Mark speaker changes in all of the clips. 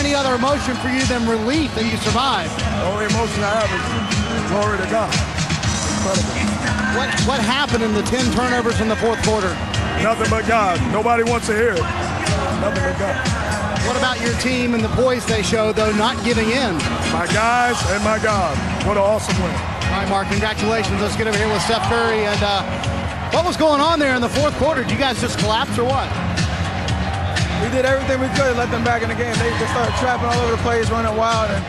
Speaker 1: any other emotion for you than relief that you survived?
Speaker 2: The only emotion I have is glory to God. Incredible.
Speaker 1: What what happened in the 10 turnovers in the fourth quarter?
Speaker 2: Nothing but God. Nobody wants to hear it. Nothing but God.
Speaker 1: What about your team and the poise they showed, though, not giving in?
Speaker 2: My guys and my God. What an awesome win.
Speaker 1: All right, Mark, congratulations. Let's get over here with Steph Curry. And uh, what was going on there in the fourth quarter? Did you guys just collapse or what?
Speaker 3: we did everything we could to let them back in the game. They just started trapping all over the place, running wild, and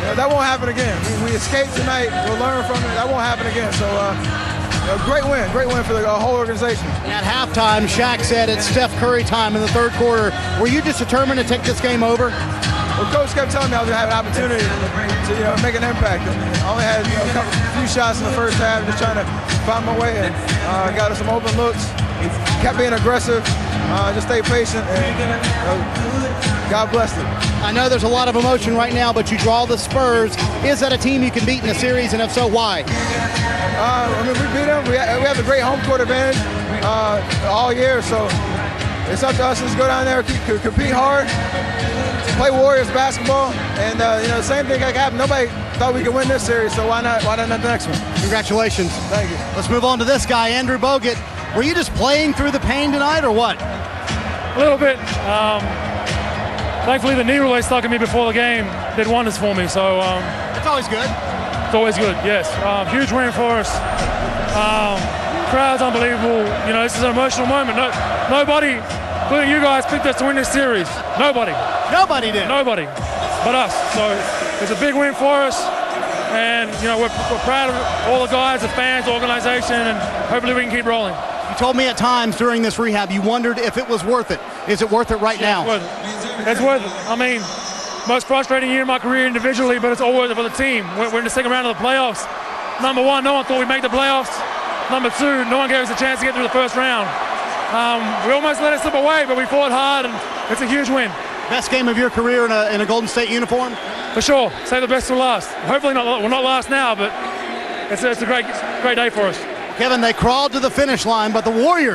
Speaker 3: you know, that won't happen again. We, we escaped tonight. We'll learn from it. That won't happen again. So, uh, you know, great win, great win for the uh, whole organization.
Speaker 1: At halftime, Shaq said it's Steph Curry time in the third quarter. Were you just determined to take this game over?
Speaker 3: Well, coach kept telling me I was gonna have an opportunity to, to you know, make an impact. And I only had you know, a couple, few shots in the first half, just trying to find my way, and uh, got us some open looks. Kept being aggressive. Uh, just stay patient, and you know, God bless them.
Speaker 1: I know there's a lot of emotion right now, but you draw the Spurs. Is that a team you can beat in a series, and if so, why?
Speaker 3: Uh, I mean, we beat them. We, ha- we have a great home court advantage uh, all year, so it's up to us to just go down there, keep, co- compete hard, play Warriors basketball, and uh, you know, same thing that happened. Nobody thought we could win this series, so why not? Why not the next one?
Speaker 1: Congratulations.
Speaker 3: Thank you.
Speaker 1: Let's move on to this guy, Andrew Bogut. Were you just playing through the pain tonight, or what?
Speaker 4: A little bit. Um, thankfully, the knee relay stuck in me before the game did wonders for me, so um,
Speaker 1: It's always good.
Speaker 4: it's always good. Yes, um, huge win for us. Um, crowd's unbelievable. You know, this is an emotional moment. No, nobody, including you guys, picked us to win this series. Nobody,
Speaker 1: Nobody did.
Speaker 4: nobody, but us. So it's a big win for us, and you know we're, we're proud of all the guys, the fans, the organization, and hopefully we can keep rolling.
Speaker 1: You told me at times during this rehab you wondered if it was worth it. Is it worth it right now?
Speaker 4: Worth it. It's worth it. I mean, most frustrating year in my career individually, but it's all worth it for the team. We're, we're in the second round of the playoffs. Number one, no one thought we'd make the playoffs. Number two, no one gave us a chance to get through the first round. Um, we almost let it slip away, but we fought hard, and it's a huge win.
Speaker 1: Best game of your career in a, in a Golden State uniform?
Speaker 4: For sure, save the best for last. Hopefully not, we're not last now, but it's, it's a great, great day for us.
Speaker 1: Kevin, they crawled to the finish line, but the Warriors